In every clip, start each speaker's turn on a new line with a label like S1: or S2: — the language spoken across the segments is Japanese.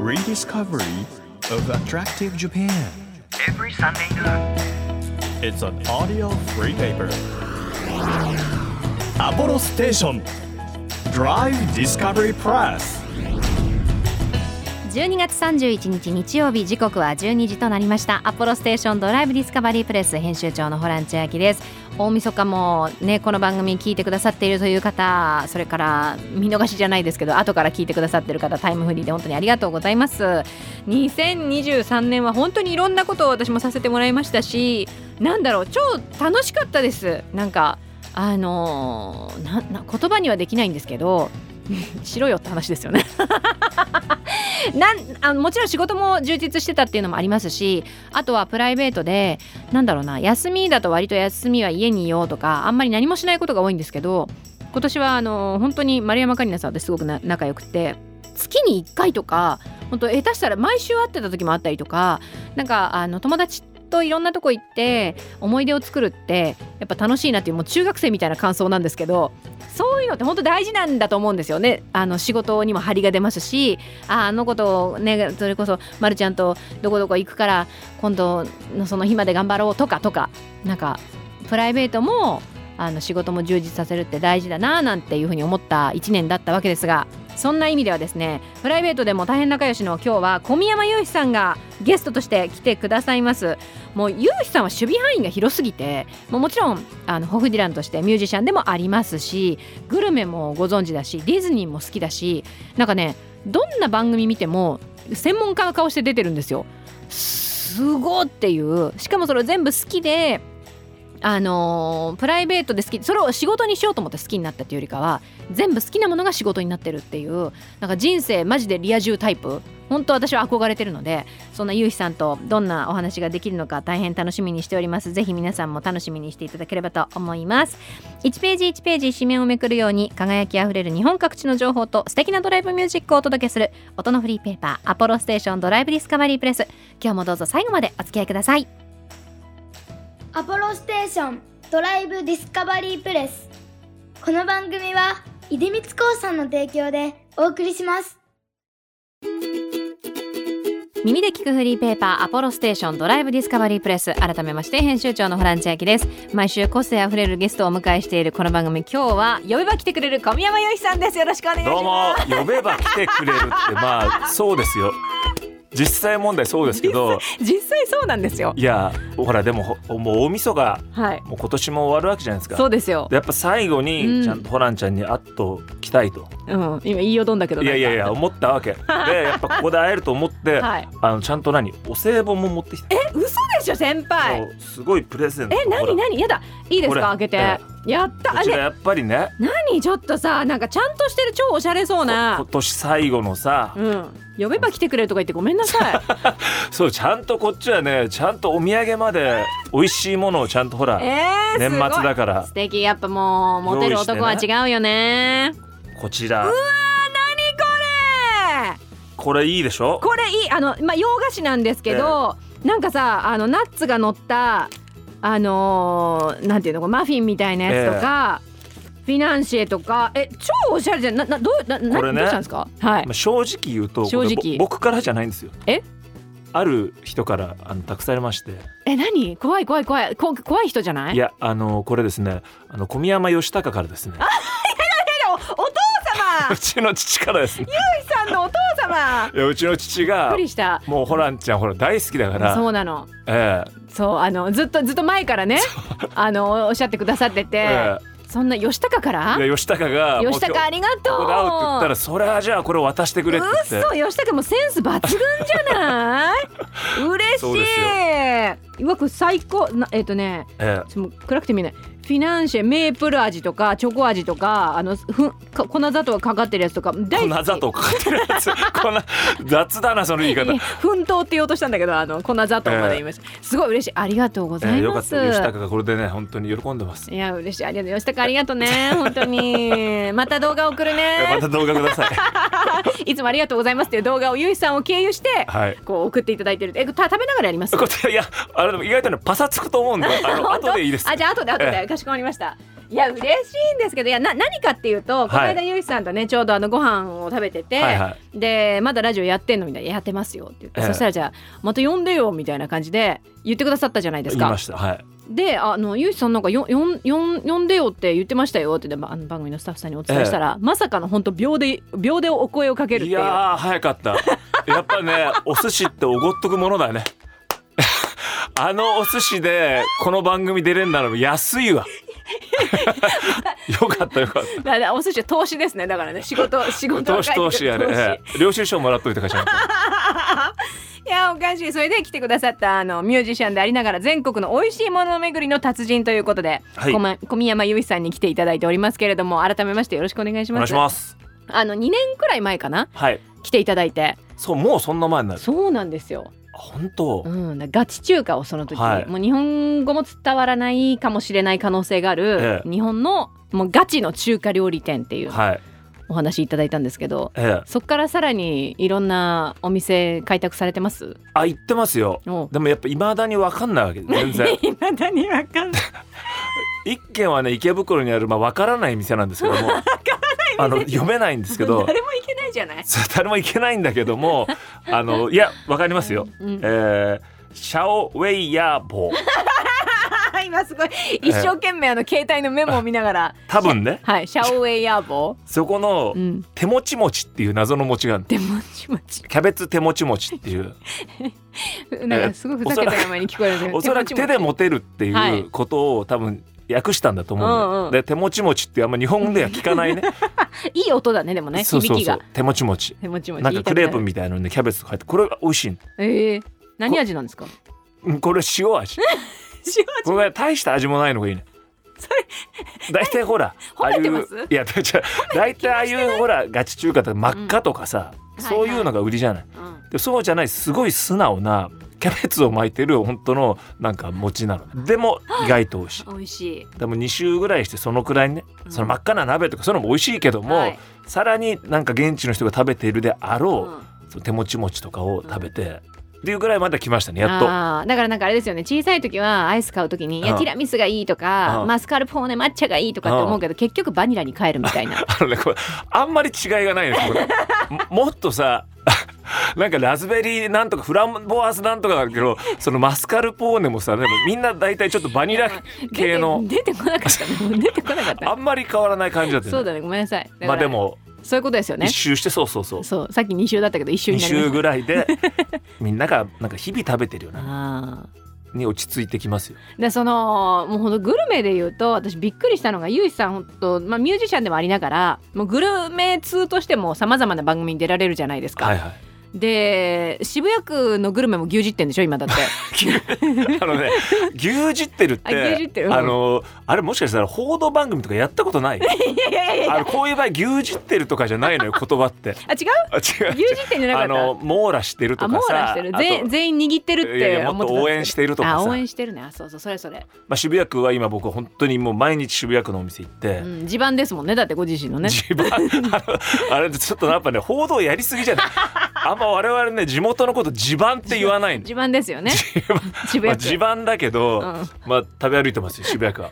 S1: Rediscovery of Attractive Japan
S2: every Sunday noon.
S1: It's an audio free paper Apollo Station Drive Discovery Press
S3: 12月31日日曜日時刻は12時となりましたアポロステーションドライブディスカバリープレス編集長のホラン千秋です大晦日もねこの番組聞いてくださっているという方それから見逃しじゃないですけど後から聞いてくださってる方タイムフリーで本当にありがとうございます2023年は本当にいろんなことを私もさせてもらいましたしなんだろう超楽しかったですなんかあのーなな言葉にはできないんですけど しろよって話ですよねなんあのもちろん仕事も充実してたっていうのもありますしあとはプライベートでなんだろうな休みだと割と休みは家にいようとかあんまり何もしないことが多いんですけど今年はあの本当に丸山桂里奈さんとすごくな仲良くて月に1回とか本当下手したら毎週会ってた時もあったりとかなんかあの友達といろんなとこ行って思い出を作るってやっぱ楽しいなっていうもう中学生みたいな感想なんですけどそういうのって本当大事なんだと思うんですよねあの仕事にも張りが出ますしああのことをねそれこそまるちゃんとどこどこ行くから今度のその日まで頑張ろうとかとかなんかプライベートもあの仕事も充実させるって大事だななんていうふうに思った1年だったわけですがそんな意味ではですねプライベートでも大変仲良しの今日は小宮山雄飛さんがゲストとして来てくださいますもう雄飛さんは守備範囲が広すぎてもうもちろんあのホフディランとしてミュージシャンでもありますしグルメもご存知だしディズニーも好きだしなんかねどんな番組見ても専門家の顔して出てるんですよ。すごっていうしかもそれ全部好きであのープライベートで好きそれを仕事にしようと思って好きになったというよりかは全部好きなものが仕事になってるっていうなんか人生マジでリア充タイプ本当私は憧れてるのでそんなゆうひさんとどんなお話ができるのか大変楽しみにしておりますぜひ皆さんも楽しみにしていただければと思います1ページ1ページ紙面をめくるように輝きあふれる日本各地の情報と素敵なドライブミュージックをお届けする音のフリーペーパーアポロステーションドライブディスカバリープレス今日もどうぞ最後までお付き合いください
S4: アポロステーションドライブディスカバリープレスこの番組は出光興産の提供でお送りします
S3: 耳で聞くフリーペーパーアポロステーションドライブディスカバリープレス改めまして編集長のホラン千秋です毎週個性あふれるゲストをお迎えしているこの番組今日は呼べば来てくれる小宮山由依さんですよろしくお願いし
S5: どう
S3: ま
S5: も呼べば来てくれるってまあそうですよ実際問題そうですけど
S3: す実際そうなんですよ
S5: いやほらでもほもう大晦日
S3: はい
S5: もう今年も終わるわけじゃないです
S3: そ
S5: か
S3: うですよ
S5: でやっぱ最後
S3: うん
S5: にちゃんとホランちゃんに会っときたいと、
S3: うん今言いよどんだけど
S5: い
S3: なん
S5: や
S3: か
S5: いやいや思ったわ けでやっぱここで会えると思って、
S3: はい
S5: あのちゃんと何お歳暮も持ってきて
S3: え嘘でしょ先輩
S5: もうすごいプレゼント
S3: え何
S5: ほら
S3: 何やだいいです
S5: ほ
S3: から開けて
S5: え
S3: やったあ
S5: こちら
S3: れ
S5: やっぱりね
S3: 何ちょっとさなんかちゃんとしてる超おしゃれそうな
S5: 今年最後のさ、
S3: うん呼べば来てくれるとか言ってごめんな さい
S5: そうちゃんとこっちはねちゃんとお土産まで美味しいものをちゃんとほら、
S3: えー、
S5: 年
S3: すごい
S5: 末だから
S3: 素敵やっぱもうモテる男は違うよね
S5: こちら
S3: 何こ
S5: これいいでしょ
S3: れこれいいあの、まあ、洋菓子なんですけど、なんかさあのナッツが乗ったあのーなんていうのこれマフィンみたいなやつとか、フィナンシェとかえ超おしゃれじゃんななどうなな
S5: これね
S3: どうしたんですかはい
S5: まあ正直言うと
S3: 正直
S5: これぼ僕からじゃないんですよ
S3: え
S5: ある人からあの託されまして
S3: え何怖い怖い怖いこ怖い人じゃない
S5: いやあのこれですねあの小宮山義孝からですね
S3: おお父様
S5: うちの父からですね
S3: さんのお父様
S5: いやうちの父
S3: びっ
S5: が
S3: くりした
S5: もうホランちゃんほら大好きだから
S3: そうなの
S5: え
S3: そうあのずっとずっと前からねあのおっしゃってくださってて、
S5: ええ
S3: そんな吉高から
S5: えいや義孝がもう
S3: 吉高あ
S5: 今日
S3: りがとう
S5: ここで会うって言ったらそれはじゃあこれを渡してくれって言って
S3: 嘘吉高もセンス抜群じゃない 嬉し
S5: そうです
S3: いうわこれ最高なえっ、とね
S5: ええ
S3: ちょっと暗くて見えないフィナンシェメープル味とかチョコ味とかあのふんか粉砂糖がかかってるやつとか大好
S5: 粉
S3: き
S5: 砂糖かかってる やつこんな雑だなその言い方
S3: いや奮闘って言おうとしたんだけどあの粉砂糖まで言いました、すごい嬉しいありがとうござ
S5: ええ
S3: い
S5: よか
S3: ま
S5: っ
S3: す、
S5: た義孝がこれでね本当に喜んでます
S3: いや嬉しいありがとう吉高ありがとうね 本当にまた動画送る
S5: え ま
S3: ね
S5: た動画ください
S3: いつもありがとうございますっていう動画をゆいさんを経由して
S5: はい
S3: こう送っていただいてるえた食べながらやります
S5: これいやあれでも意外とねパサつくと思うんであの後でいいです
S3: あじゃあ後で後で、
S5: え
S3: かしこまりましたいや嬉しいんですけどいやな何かっていうとこの間
S5: はい
S3: ゆいさんとねちょうどあのご飯を食べてて、
S5: はいは
S3: でまだラジオやってんのみたいなやってますよって言って、
S5: ええ
S3: そしたらじゃあまた呼んでよみたいな感じで言ってくださったじゃないで
S5: 言
S3: す
S5: い
S3: か
S5: ま。したはい
S3: であのゆいさんなんかよよんよん呼んでよって言ってましたよってでまあの番組のスタッフさんにお伝えしたら、まさかの本当秒で秒でお声をかけるって
S5: い
S3: いう。
S5: やー早かったやっぱね お寿司っておごっとくものだね あのお寿司でこの番組出れんなら安 いわよかったよかっ
S3: だからお寿司は投資 ですねだからね仕事仕
S5: た
S3: 事を
S5: 投資投資やれ、ええ領収書もらっといて会社に
S3: いやおかしいそれで来てくださったあのミュージシャンでありながら全国の美味しいもの巡りの達人ということで、
S5: はい
S3: こま小宮山由依さんに来ていただいておりますけれども改めましてよろしくお願いし
S5: お
S3: ます
S5: 願いします
S3: あの2年くらい前かな
S5: はい
S3: 来ていただいて
S5: そうもうそんな前になる
S3: そうなんですよ、
S5: あ本当、
S3: うん、だガチ中華をその時、
S5: はい
S3: もう日本語も伝わらないかもしれない可能性がある
S5: え、え
S3: 日本のもうガチの中華料理店っていう
S5: はい
S3: お話いただいたんですけど、
S5: ええ
S3: そっからさらにいろんなお店開拓されてます
S5: あ言ってますよ
S3: おう
S5: でもやっぱ未だに分かんないわけ 全然
S3: いまだにわかんない
S5: 一軒はね池袋にあるまあ分からない店なんですけど もあの読めないんですけど
S3: 誰も行けないじゃ ない。
S5: そう誰も行けないんだけ どもあのいや分かりますよ、
S3: うん
S5: えーシャオウェイヤーボー
S3: 今すごい一生懸命あの携帯のメモを見ながら、
S5: 多分ね
S3: はい、シャオウェイヤーボ
S5: そこの
S3: ー、うん、
S5: 手もちもちっていう謎の餅がある
S3: でもちもち、
S5: キャベツ手もちもちっていう
S3: なんかすごいふざけた名前に聞こえるんだけど
S5: おそらく手
S3: もち
S5: で
S3: もち
S5: 持てるって
S3: はいいう
S5: ことを多分訳したんだと思うんだよ
S3: うんうん
S5: で手もちもちってあんま日本では聞かないね
S3: いい音だねでもね
S5: そうそう
S3: 響き
S5: そう
S3: が。
S5: 手もちもち
S3: でもちもち
S5: なんかクレープ
S3: 言い
S5: みたいのにねキャベツとか入ってこれが美味しいの
S3: たくなるええ何味なんですか。
S5: うんこれ塩味
S3: 塩
S5: これが大した味もないのがいいねそれ大体ほら
S3: 褒めてます
S5: ああいういや違う大体ああいうほらガチ中華って真っ赤とかさ、
S3: うん
S5: そういうのが売りじゃない、
S3: 味。うん
S5: でそうじゃないすごい素直なキャベツを巻いてる本当のなんか餅なのでも意外と美味しい
S3: 美味しい。
S5: でも2週ぐらいしてそのくらいね
S3: うん
S5: その真っ赤な鍋とかそういうのも美味しいけども、
S3: はい
S5: さらになんか現地の人が食べているであ
S3: う
S5: ろ
S3: ん
S5: う、その手もちもちとかを食べて、っていうぐらいまで来ましたねやっと。
S3: あーだからなんかあれですよね小さい時はアイス買う時にいや
S5: うん
S3: ティラミスがいいとか
S5: うん
S3: マスカルポーネ抹茶がいいとかって思うけど結局バニラに変えるみたいな
S5: あのねこれあんまり違いがないですこれ ももっとさ なんかラズベリーなんとかフランボワーズなんとかだけどそのマスカルポーネもさでもみんな大体ちょっとバニラ系の
S3: 出て出てこなかったね出てこなかった
S5: あんまり変わらない感じだったよね
S3: そうだねごめんなさいだから
S5: まあでも
S3: そういうことですよね
S5: 一周してそうそうそう
S3: そうさっき二週だったけど一週
S5: 2
S3: になりま
S5: 周
S3: した
S5: ぐらいでみんながなんか日々食べてるような
S3: あ
S5: に落ち着いてきますよ。
S3: ーでそのもうほんとグルメで言うと私びっくりしたのがゆいさん本当まあミュージシャンでもありながらもうグルメ通としてもさまざまな番組に出られるじゃないですか、
S5: はいはい。
S3: で渋谷区のグルメも牛耳ってんでしょ今だって
S5: あのね牛耳ってるって
S3: あ牛耳ってるうん
S5: あのあれもしかしたら報道番組とかやったことな い。
S3: いやいやいやいや
S5: あのこういう場合牛耳ってるとかじゃな いのよ言葉って。
S3: あ違う
S5: あ違う違う
S3: 牛耳ってんじゃなか
S5: あ
S3: った
S5: の網羅してると
S3: あ
S5: か
S3: 網羅
S5: さ
S3: してる
S5: あと
S3: 全全員握ってるっ
S5: いやい
S3: て
S5: や
S3: 思
S5: も
S3: っ
S5: っ
S3: たんですけ
S5: てと
S3: ど
S5: 応援してるとか
S3: あ
S5: さ
S3: 応援してるねあそうそうそれそれ、
S5: まあ、渋谷区は今僕本当にもう毎日渋谷区のお店行って、
S3: うん、自慢ですもんねだってご自身のね
S5: 自分あのあれちょっとやっぱね報道やりすぎじゃないあんま我々ね地元のこと地盤って言わないの
S3: 自慢ですよね渋
S5: まあ、
S3: 谷区
S5: 地盤だけど、まあ食べ歩いてますよ渋谷区は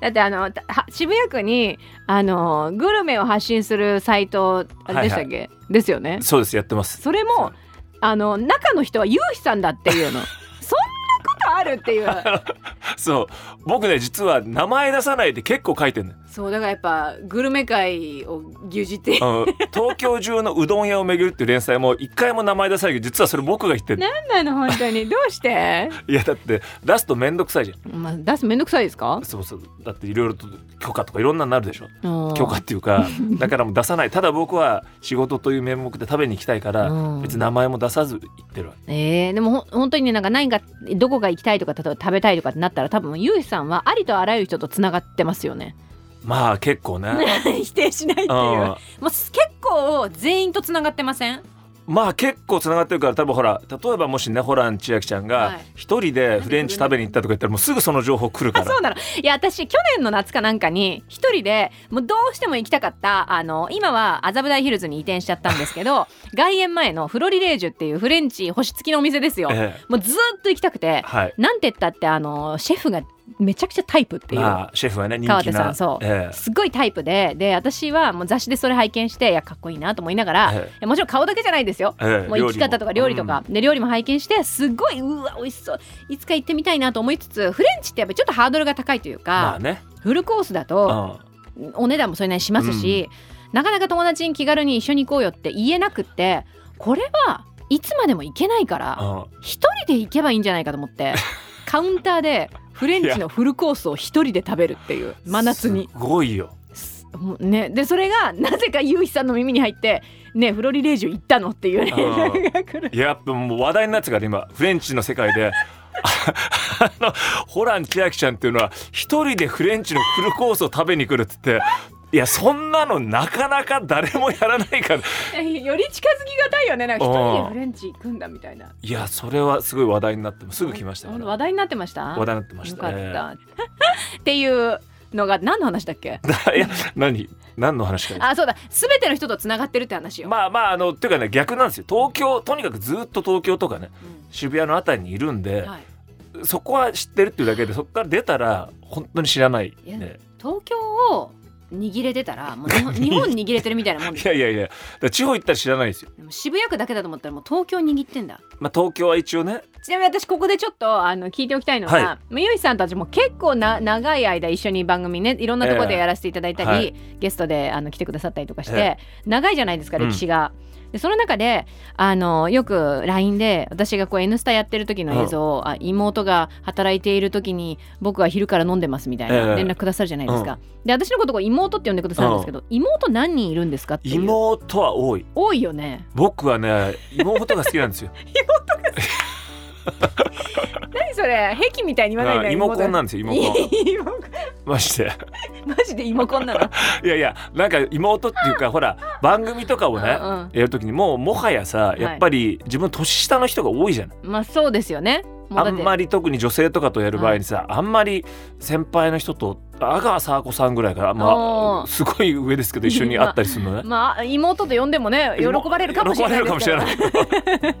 S3: だってあのたは渋谷区にあのグルメを発信するサイトあれでしたっけ、ですよね
S5: そうですやってます
S3: それもあの中の人はユウヒさんだっていうのそんなことあるっていう
S5: そう僕ね実は名前出さないで結構書いてるの
S3: そうだからやっぱグルメ界を牛耳って
S5: あ の東京中のうどん屋を巡るっていう連載も一回も名前出さないけど実はそれ僕が言ってる
S3: なんなの本当にどうして、
S5: いやだって出すと面倒くさいじゃん
S3: まあ、出すめんどくさいですか
S5: そうそうだっていろいろと許可とかいろんなのなるでしょ
S3: 許
S5: 許可っていう かだからもう出さないただ僕は仕事という面目で食べに行きたいから
S3: うん
S5: 別に名前も出さず行ってるわけ
S3: えー、でもほん本当にねなんか何がどこが行きたいとか例えば食べたいとかってなったら多分ユウヒさんはありとあらゆる人とつながってますよね
S5: まあ結構ね
S3: 否定しないっていう
S5: うん
S3: もう結構全員とつながってません
S5: まあ結構つながってるから多分ほら例えばもしねホラン千秋ちゃん
S3: は
S5: が
S3: い
S5: 一人でフレンチ食べに行ったとか言ったらもうすぐその情報来るか
S3: あ
S5: ら
S3: そうなのいや私去年の夏かなんかに一人でもうどうしても行きたかったあの今は麻布台ヒルズに移転しちゃったんですけ ど外苑前のフロリレージュっていうフレンチ星付きのお店ですよ、
S5: ええ
S3: もうずーっと行きたくて
S5: はい
S3: なんて言ったってあのシェフがめちゃくちゃタイプっていう。
S5: まあシェフはね人気な
S3: 川手さんそう、
S5: ええ
S3: すごいタイプでで私はもう雑誌でそれ拝見していやかっこいいなと思いながら、
S5: え
S3: いやもちろん顔だけじゃないですよ、
S5: ええ
S3: もう生き方とか料理とか、で料理も拝見してすごいうわ美味しそういつか行ってみたいなと思いつつフレンチってやっぱりちょっとハードルが高いというか、
S5: まあね、
S3: フルコースだ
S5: う
S3: と
S5: ん、
S3: お値段もそれなりにしますし、なかなか友達に気軽に一緒に行こうよって言えなくってこれはいつまでも行けないから。
S5: うん
S3: 一人で行けばいいんじゃないかと思って カウンターでフレンチのフルコースを一人で食べるっていう真夏に、
S5: すごいよ
S3: すもうね、でそれがなぜかゆうひさんの耳に入って「ねえフロリレージュ行ったの?」っていう連絡が来る
S5: いややっぱもう話題になってたから今フレンチの世界で あのホラン千秋ちゃんっていうのは一人でフレンチのフルコースを食べに来るっつっていやそんなのなかなか誰もやらないから
S3: より近づきがたいよねなんか一人でフレンチ行くんだみたいない
S5: やそれはすごい話題になってすぐ来ましたか
S3: あの
S5: ら
S3: 話題になってました
S5: 話題になってまし
S3: よ
S5: た
S3: かった、
S5: ね
S3: っていうのが何の話だっ け
S5: いや何何の話かな
S3: あそうだ全ての人とつながってるって話よ、
S5: まあまああのっていうかね逆なんですよ東京とにかくずっと東京とかね渋谷のあたりにいるんで、
S3: うんはい
S5: そこは知ってるっていうだけでそこから出たら本当に知らない、
S3: いや
S5: ね、
S3: 東京を握れてたらもう日 本日本握れてるみたいなもんで
S5: いやいやいやだから地方行ったら知らないですよ、
S3: でも渋谷区だけだと思ったらもう東京握ってんだ
S5: まあ、東京は一応ね
S3: ちなみに私ここでちょっとあの聞いておきたいのは、
S5: はい
S3: もうゆいさんたちも結構な長い間一緒に番組ねいろんなところで
S5: ええ
S3: やらせていただいたり、
S5: は
S3: ゲストであの来てくださったりとかして、
S5: え
S3: 長いじゃないですか
S5: うん
S3: 歴史が。でその中であのよく LINE で私がこう「N スタ」やってる時の映像を、あ妹が働いている時に僕は昼から飲んでますみたい
S5: え
S3: な
S5: え
S3: 連絡くださるじゃないですか。で私のことこう妹って呼んでくださるんですけど、妹何人いるんですかっていう
S5: 妹は多い
S3: 多いよね。
S5: 僕はね妹が好きな んですよ
S3: 何それ癖みたいに言わない
S5: あ
S3: で
S5: 妹婚なんですよ妹婚
S3: 妹
S5: まして
S3: マジで今こんなの。
S5: いやいやなんか妹って いうかほら番組とかをね
S3: うんうん
S5: やる時にもうもはやさ
S3: い
S5: やっぱり自分年下の人が多いじゃない、
S3: まあそうですよね。もう
S5: あ
S3: だっ
S5: ん
S3: て
S5: まり特に女性とかとやる場合にさ、あんまり先輩の人と阿川佐和子さんぐらいからま
S3: おー
S5: あすごい上ですけど一緒に会ったりす るのね、
S3: まあ妹と呼んでもね喜ばれるかもしれない。
S5: 喜ばれるかもしれないい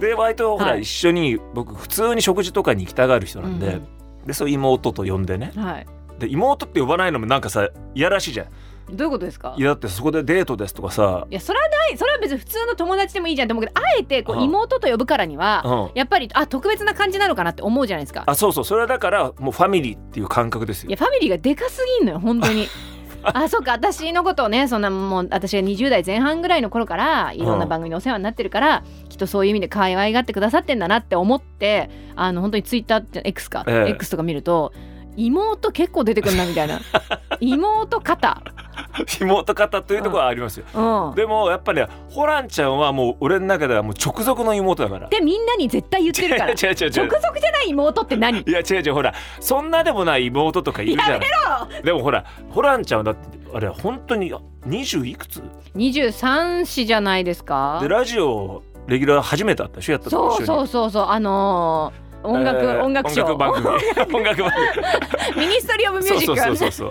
S5: で割とほら、
S3: はい
S5: 一緒に僕普通に食事とかに行きたがる人なんで、
S3: うん
S5: でそう妹と呼んでね
S3: はい。
S5: で妹って呼ばないのもなんかさいやらしいじゃん
S3: どういうことですか。
S5: いやだってそこでデートですとかさ、
S3: いやそれはないそれは別に普通の友達でもいいじゃんと思うけどあえてこ
S5: う
S3: うん妹と呼ぶからに
S5: う
S3: は
S5: ん、
S3: やっぱりあ特別な感じなのかなって思うじゃないですか。
S5: あそうそうそれはだからもうファミリーっていう感覚です
S3: い
S5: よ
S3: やファミリーがでかすぎんのよ本当に。 あそうか私のことをねそんなもう私が20代前半ぐらいの頃からいろんな番組にお世話になってるから、きっとそういう意味で可愛がってくださってんだなって思ってあの本当にツイッターって X か、
S5: ええ
S3: X とか見ると妹結構出てくるなみたい な妹肩
S5: 妹方というところはありますよ、
S3: うんっ
S5: でもやっぱり、ね、ホランちゃんはもう俺の中ではもう直属の妹だから
S3: てみんなに絶対言ってるから
S5: 違う違う違う違
S3: 直
S5: う
S3: 属じゃない妹って何
S5: いや違う違うほらそんなでもない妹とかいるじゃないでもほらホランちゃんはだってあれ本当に20いくつ
S3: 23子じゃないですか
S5: でラジオレギュラー初めてだったでしょやった
S3: そうそううそうそうあのー音楽、音楽賞
S5: 音楽番 組音楽番
S3: ミニストリー・オブ・ミュー
S5: 組
S3: ジック
S5: そうそうそうそう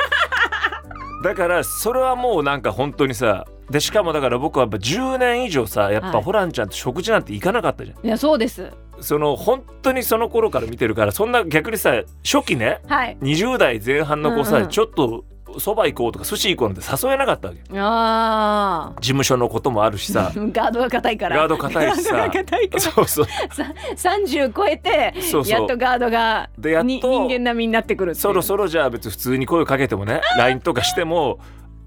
S5: だからそれはもうなんか本当にさでしかもだから僕はやっぱ10年以上さやっ
S3: は
S5: ぱ
S3: い
S5: ホランちゃんと食事なんて行かなかったじゃん、
S3: いやそうです
S5: その本当にその頃から見てるからそんな逆にさ初期ね
S3: はい
S5: 20代前半の子さ、
S3: うんうん
S5: ちょっとそば行こうとか寿司行こうなんて誘えなかったわけ事
S3: ああ
S5: 務所のこともあるしさ
S3: ガードが硬いから
S5: ガード硬いしさ
S3: ガードが硬いか
S5: そうそう
S3: ら30超えて
S5: そうそう
S3: やっとガードが
S5: でやっと
S3: に人間並みになってくるっていう
S5: そろそろじゃあ別に普通に声をかけて もね LINE とかしても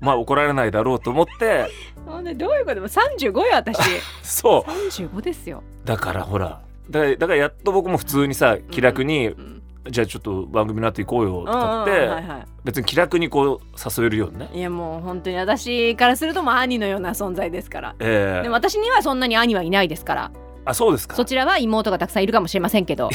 S5: まあ怒られないだろうと思って
S3: ほんでどういうことも35よ 私
S5: そ
S3: 35ですよ、
S5: うだからほらだからだからやっと僕も普通にさ気楽に、
S3: うん、
S5: じゃあちょっと番組になっていこうよとかって、
S3: うんうんはいは
S5: 別に気楽にこう誘えるようにね。
S3: いいやもう本当に私からするともう兄のような存在ですから
S5: え
S3: で
S5: え
S3: も私にはそんなに兄はいないですから
S5: あそうですか
S3: そちらは妹がたくさんいるかもしれませんけ ど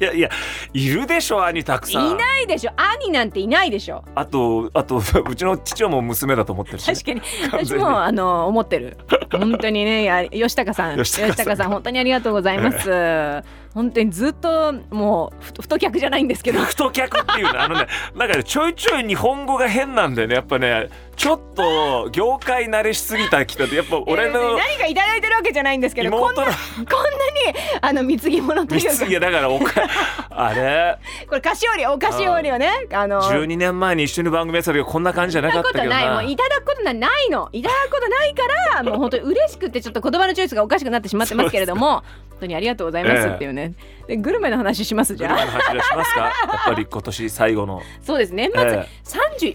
S5: いやいやいるでしょ兄たく
S3: い
S5: さん
S3: ないでしょ兄なんていないでしょ
S5: あとあとうちの父はもう娘だと思ってるしね、
S3: 確かに
S5: 完
S3: 私
S5: 全に
S3: もあの思ってる本当にねや吉高さん吉
S5: 吉
S3: 高
S5: 高さん
S3: さん本当にありがとうございます本当にずっともうふ太客じゃないんですけど
S5: 太客っていうのあのねなんかねちょいちょい日本語が変なんだよねやっぱねちょっと業界慣れしすぎた人でやっぱ俺
S3: いや別に
S5: の
S3: 何かいただいてるわけじゃないんですけどこん
S5: 妹
S3: な
S5: の
S3: こんなにあの貢ぎ物というか
S5: 貢ぎだから おかあれ
S3: これ菓子折りお菓子折りをねあのそん
S5: 12年前に一緒に番組やってた時はこんな感じじゃなか
S3: な
S5: っ
S3: こ
S5: たけ
S3: と
S5: ど
S3: ないも
S5: な
S3: ういただくことなんてないのいただくことないからもう本当に嬉しくってちょっと言葉のチョイスがおかしくなってしまってますけれども本当にありがとうございますっていうね、でグルメの話しますじ
S5: グル
S3: ゃ
S5: メ
S3: あ
S5: の話がしますかやっぱり今年最後の、
S3: そうです年
S5: え
S3: 末、
S5: ー、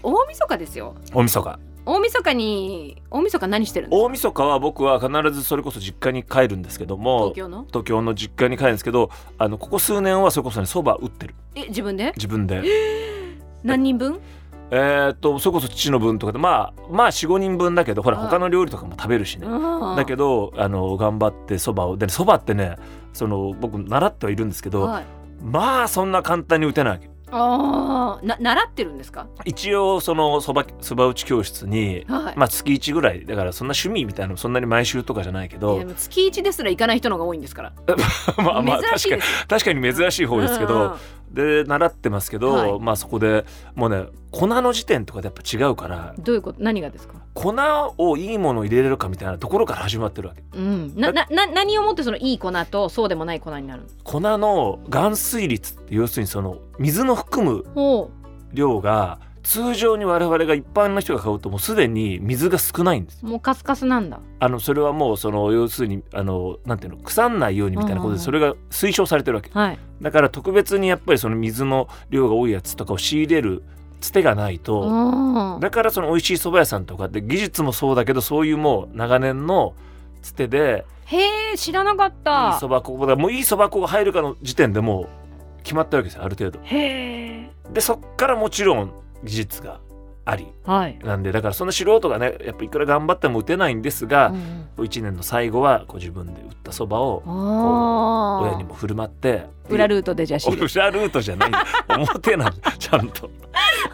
S3: 30大晦日ですよ
S5: 大晦日
S3: 大晦日に大晦日何してるんですか
S5: 大晦日は僕は必ずそれこそ実家に帰るんですけども
S3: 東京の
S5: 東京の実家に帰るんですけどあのここ数年はそれこそねそば打ってる
S3: え自分で
S5: 自分で
S3: 何人分
S5: えーっとそれこそ父の分とかでまあまあ45人分だけどほら
S3: ああ
S5: 他の料理とかも食べるしねだ
S3: だ
S5: けどあの頑張ってそばをでそばってねその僕習ってはいるんですけど、
S3: はい、
S5: まあそんな簡単に打てないわけ
S3: ああな習ってるんですか
S5: 一応そのそばそば打ち教室に、
S3: はい、
S5: まあ月1ぐらいだからそんな趣味みたいなのそんなに毎週とかじゃないけ
S3: いや
S5: ど
S3: でも月一ですら行かない人の方が多いんですから。
S5: まあまあ
S3: 珍し
S5: 確
S3: いで
S5: かに
S3: すよ。
S5: 確かに珍しい方ですけ
S3: うんうん
S5: ど、で習ってますけど、
S3: はい
S5: まあそこでもうね粉の時点とかでやっぱ違うから
S3: どういうこと何がですか。
S5: 粉をいいものを入れれるかみたいなところから始まってるわけ
S3: うん。ななな何をもってそのいい粉とそうでもない粉になるの。
S5: 粉の含水率って要するにその水の含む
S3: ほ
S5: 量が通常に我々が一般の人が買うともうすでに水が少ないんです
S3: うもうカスカスなんだ。
S5: あのそれはもうその要するにあのなんていうの腐んないようにみたいなこと
S3: うん
S5: でそれが推奨されてるわけ
S3: はい。
S5: だから特別にやっぱりその水の量が多いやつとかを仕入れるつてがないと、
S3: あ
S5: だからその美味しい蕎麦屋さんとかって技術もそうだけどそういうもう長年のつてで
S3: へえ知らなかっ
S5: いい
S3: た
S5: 蕎。麦粉がもういい蕎麦粉が入るかの時点でもう決まったわけですよある程度
S3: へえ。
S5: でそっからもちろん技術があり
S3: はい。
S5: なんでだからその素人がねやっぱいくら頑張っても打てないんですが、
S3: う
S5: こ
S3: んうん
S5: う1年の最後はこう自分で打った蕎麦を
S3: あ
S5: 親
S3: あ
S5: に。も振る舞って
S3: 裏ルートでじゃあ仕入れる。
S5: 裏ルートじゃない表なん でちゃんと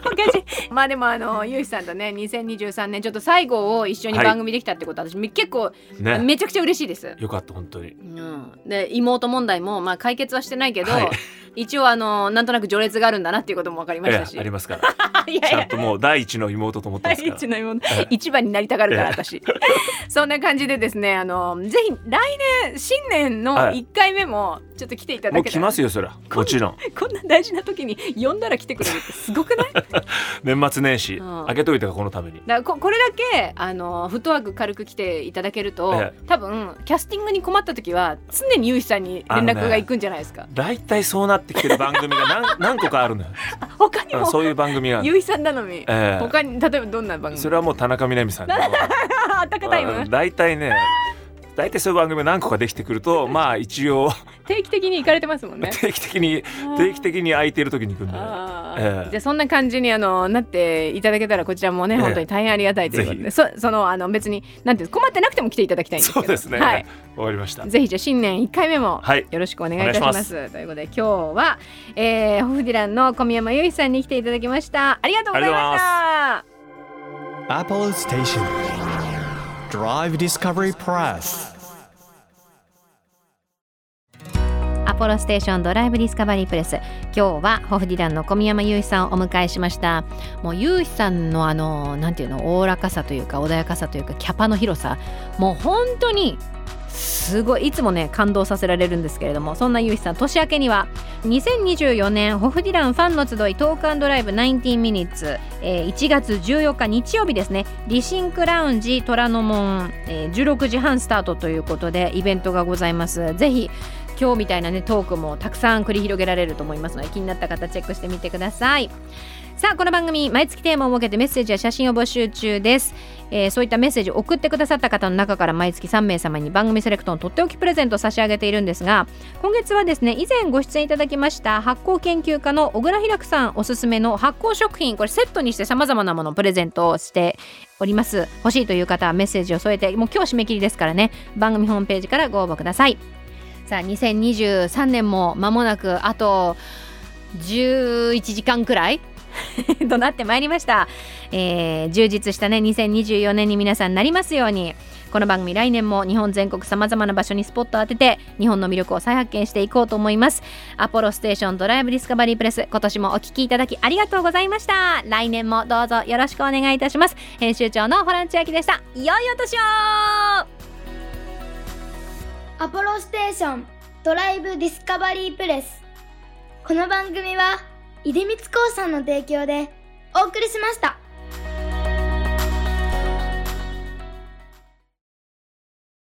S3: おかしい まあでもあのゆうひさんとね2023年ちょっと最後を一緒に番組できたってことは私め結構
S5: ね
S3: めちゃくちゃ嬉しいです。
S5: よかった本当に
S3: うん、で妹問題もまあ解決はしてないけど、
S5: はい
S3: 一応あのなんとなく序列があるんだなっていうことも分かりま
S5: え
S3: し
S5: え
S3: たし、
S5: ありますから
S3: あいやい
S5: ちゃ
S3: や
S5: んともう第一の妹と思ってま
S3: 第
S5: すから
S3: 一の妹一番になりたがるから
S5: ええ
S3: 私そんな感じでですねあのぜひ来年新年の
S5: はい
S3: 1回目もちょっと来ていた
S5: も
S3: だ
S5: う
S3: け
S5: 来
S3: たら、
S5: ますよそりゃもちろん
S3: こんな大事な時に呼んだら来てくれるってすごくないだか
S5: 年末年始、
S3: うん
S5: 開けといたからこのために
S3: らここれだけあのフットワーク軽く来ていただけると、
S5: え
S3: 多分キャスティングに困った時は常にゆうひさんに連絡がいくんじゃないですか、
S5: 大体そうなってきてる番組が 何何個かあるのよ、
S3: 他に
S5: うん
S3: も
S5: そういう番組がある
S3: ゆうひさん頼み、
S5: ええ
S3: 他に例えばどんな番組
S5: それはもう田中みな 実さんの
S3: ああったかタイ
S5: う
S3: ム
S5: ん大体ね大体そういう番組が何個かできてくる とまあ一応
S3: 定期的に行かれてますもんね
S5: 定期的に定期的に空いてる時に行くんで
S3: あ
S5: え
S3: ー
S5: え
S3: じゃあそんな感じにあのなっていただけたらこちらもね
S5: ええ
S3: 本当に大変ありがたいということで、
S5: ぜ
S3: そそのあの別になんていうんです困ってなくても来ていただきたいんですけ
S5: そ
S3: ど
S5: うですね、
S3: はい、
S5: 終わりました
S3: ぜひじゃあ新年1回目も
S5: はい
S3: よろしくお願いいたします,、
S5: お
S3: ということで今日は、えーホフディランの小宮山由衣さんに来ていただきましたありがとうございま
S5: ありがとうござい
S3: した。
S1: Apollo Station. Drive Discovery Press.
S3: アポロステーションドライブディスカバリープレス今日はホフディランの小宮山雄飛さんをお迎えしましたもう雄飛さんのあのなんていうのおおらかさというか穏やかさというかキャパの広さもう本当にすごいいつもね感動させられるんですけれどもそんなゆうひさん年明けには2024年ホフディランファンの集いトークドライブ19ミニッツ、えー1月14日日曜日ですねリシンクラウンジ虎ノ門、えー16時半スタートということでイベントがございますぜひ今日みたいなねトークもたくさん繰り広げられると思いますので気になった方チェックしてみてくださいさあこの番組毎月テーマを設けてメッセージや写真を募集中です、えーそういったメッセージを送ってくださった方の中から毎月3名様に番組セレクトのとっておきプレゼントを差し上げているんですが今月はですね以前ご出演いただきました発酵研究家の小倉ひらくさんおすすめの発酵食品これセットにしてさまざまなものをプレゼントをしております欲しいという方はメッセージを添えてもう今日締め切りですからね番組ホームページからご応募くださいさあ2023年も間もなくあと11時間くらい となってまいりました、えー充実したね2024年に皆さんなりますようにこの番組来年も日本全国さまざまな場所にスポットを当てて日本の魅力を再発見していこうと思いますアポロステーションドライブディスカバリープレス今年もお聞きいただきありがとうございました来年もどうぞよろしくお願いいたします編集長のホラン千秋でした良いお年を
S4: アポロステーションドライブディスカバリープレスこの番組は出光興産の提供でお送りしました。